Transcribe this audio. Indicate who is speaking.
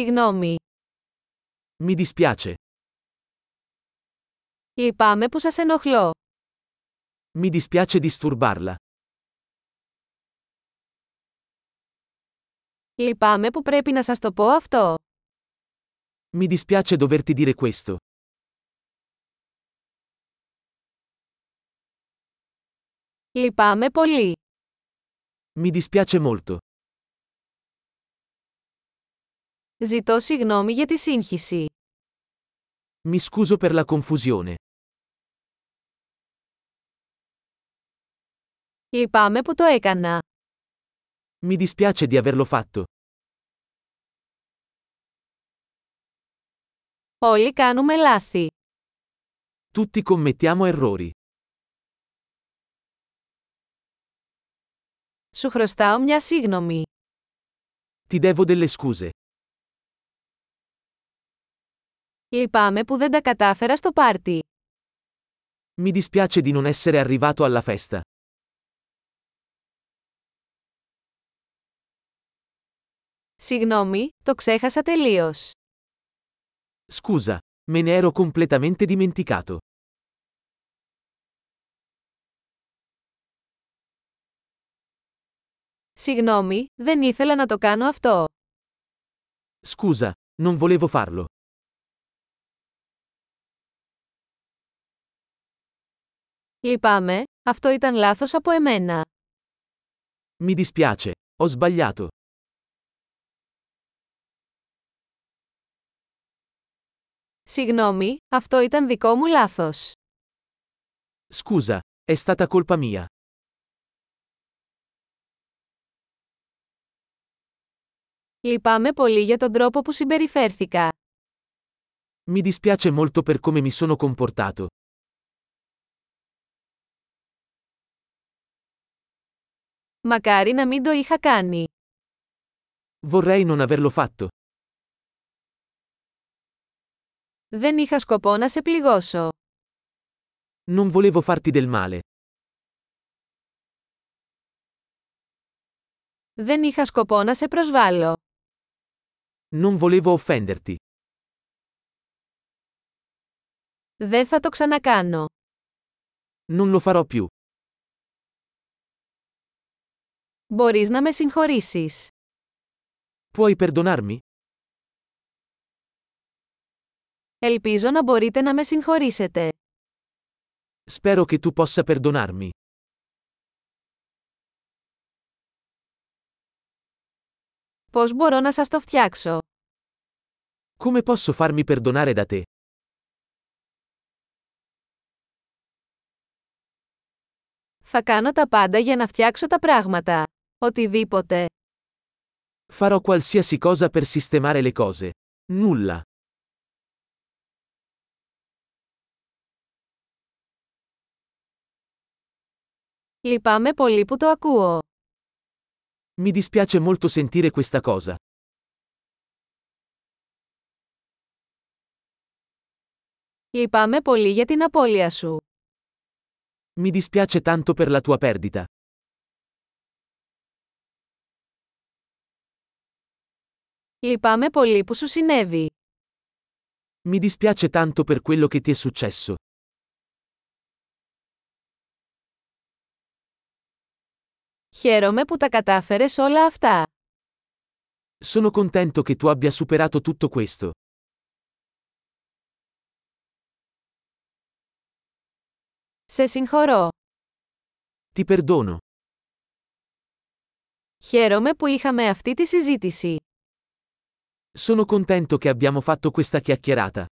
Speaker 1: Συγγνώμη.
Speaker 2: Mi dispiace.
Speaker 1: Λυπάμαι που σας ενοχλώ.
Speaker 2: Mi dispiace disturbarla.
Speaker 1: Λυπάμαι που πρέπει να σας το πω αυτό.
Speaker 2: Mi dispiace doverti dire questo.
Speaker 1: Λυπάμαι πολύ.
Speaker 2: Mi dispiace molto.
Speaker 1: Ζητώ συγγνώμη για τη σύγχυση.
Speaker 2: Mi scuso per la confusione.
Speaker 1: Λυπάμαι που το έκανα.
Speaker 2: Mi dispiace di averlo fatto.
Speaker 1: Όλοι κάνουμε λάθη.
Speaker 2: Tutti commettiamo errori.
Speaker 1: Σου χρωστάω μια σύγγνωμη.
Speaker 2: Ti devo delle scuse.
Speaker 1: Λυπάμαι που δεν τα κατάφερα στο πάρτι.
Speaker 2: Mi dispiace di non essere arrivato alla festa.
Speaker 1: Συγγνώμη, το ξέχασα τελείως.
Speaker 2: Scusa, me ne ero completamente dimenticato.
Speaker 1: Συγγνώμη, δεν ήθελα να το κάνω αυτό.
Speaker 2: Scusa, non volevo farlo.
Speaker 1: Λυπάμαι, αυτό ήταν λάθος από εμένα.
Speaker 2: Mi dispiace, ho sbagliato.
Speaker 1: Συγγνώμη, αυτό ήταν δικό μου λάθος.
Speaker 2: Scusa, è stata colpa mia.
Speaker 1: Λυπάμαι πολύ για τον τρόπο που συμπεριφέρθηκα.
Speaker 2: Mi dispiace molto per come mi sono comportato.
Speaker 1: Μακάρι να μην το είχα κάνει.
Speaker 2: Vorrei non averlo fatto.
Speaker 1: Δεν είχα σκοπό να σε πληγώσω.
Speaker 2: Non volevo farti del male.
Speaker 1: Δεν είχα σκοπό να σε προσβάλλω.
Speaker 2: Non volevo offenderti.
Speaker 1: Δεν θα το ξανακάνω.
Speaker 2: Non lo farò più.
Speaker 1: Μπορείς να με συγχωρήσεις.
Speaker 2: Puoi perdonarmi?
Speaker 1: Ελπίζω να μπορείτε να με συγχωρήσετε.
Speaker 2: Spero che tu possa perdonarmi.
Speaker 1: Πώς μπορώ να σας το φτιάξω.
Speaker 2: Come posso farmi perdonare da te?
Speaker 1: Θα κάνω τα πάντα για να φτιάξω τα πράγματα. Οτιδήποτε.
Speaker 2: Farò qualsiasi cosa per sistemare le cose. Nulla.
Speaker 1: Λυπάμαι πολύ που το ακούω.
Speaker 2: Mi dispiace molto sentire questa cosa.
Speaker 1: Λυπάμαι πολύ για την απώλεια σου.
Speaker 2: Mi dispiace tanto per la tua perdita.
Speaker 1: Λυπάμαι πολύ που σου συνέβη.
Speaker 2: Mi dispiace tanto per quello che ti è successo.
Speaker 1: Χαίρομαι που τα κατάφερες όλα αυτά.
Speaker 2: Sono contento che tu abbia superato tutto questo.
Speaker 1: Σε συγχωρώ.
Speaker 2: Ti perdono.
Speaker 1: Χαίρομαι που είχαμε αυτή τη συζήτηση.
Speaker 2: Sono contento che abbiamo fatto questa chiacchierata.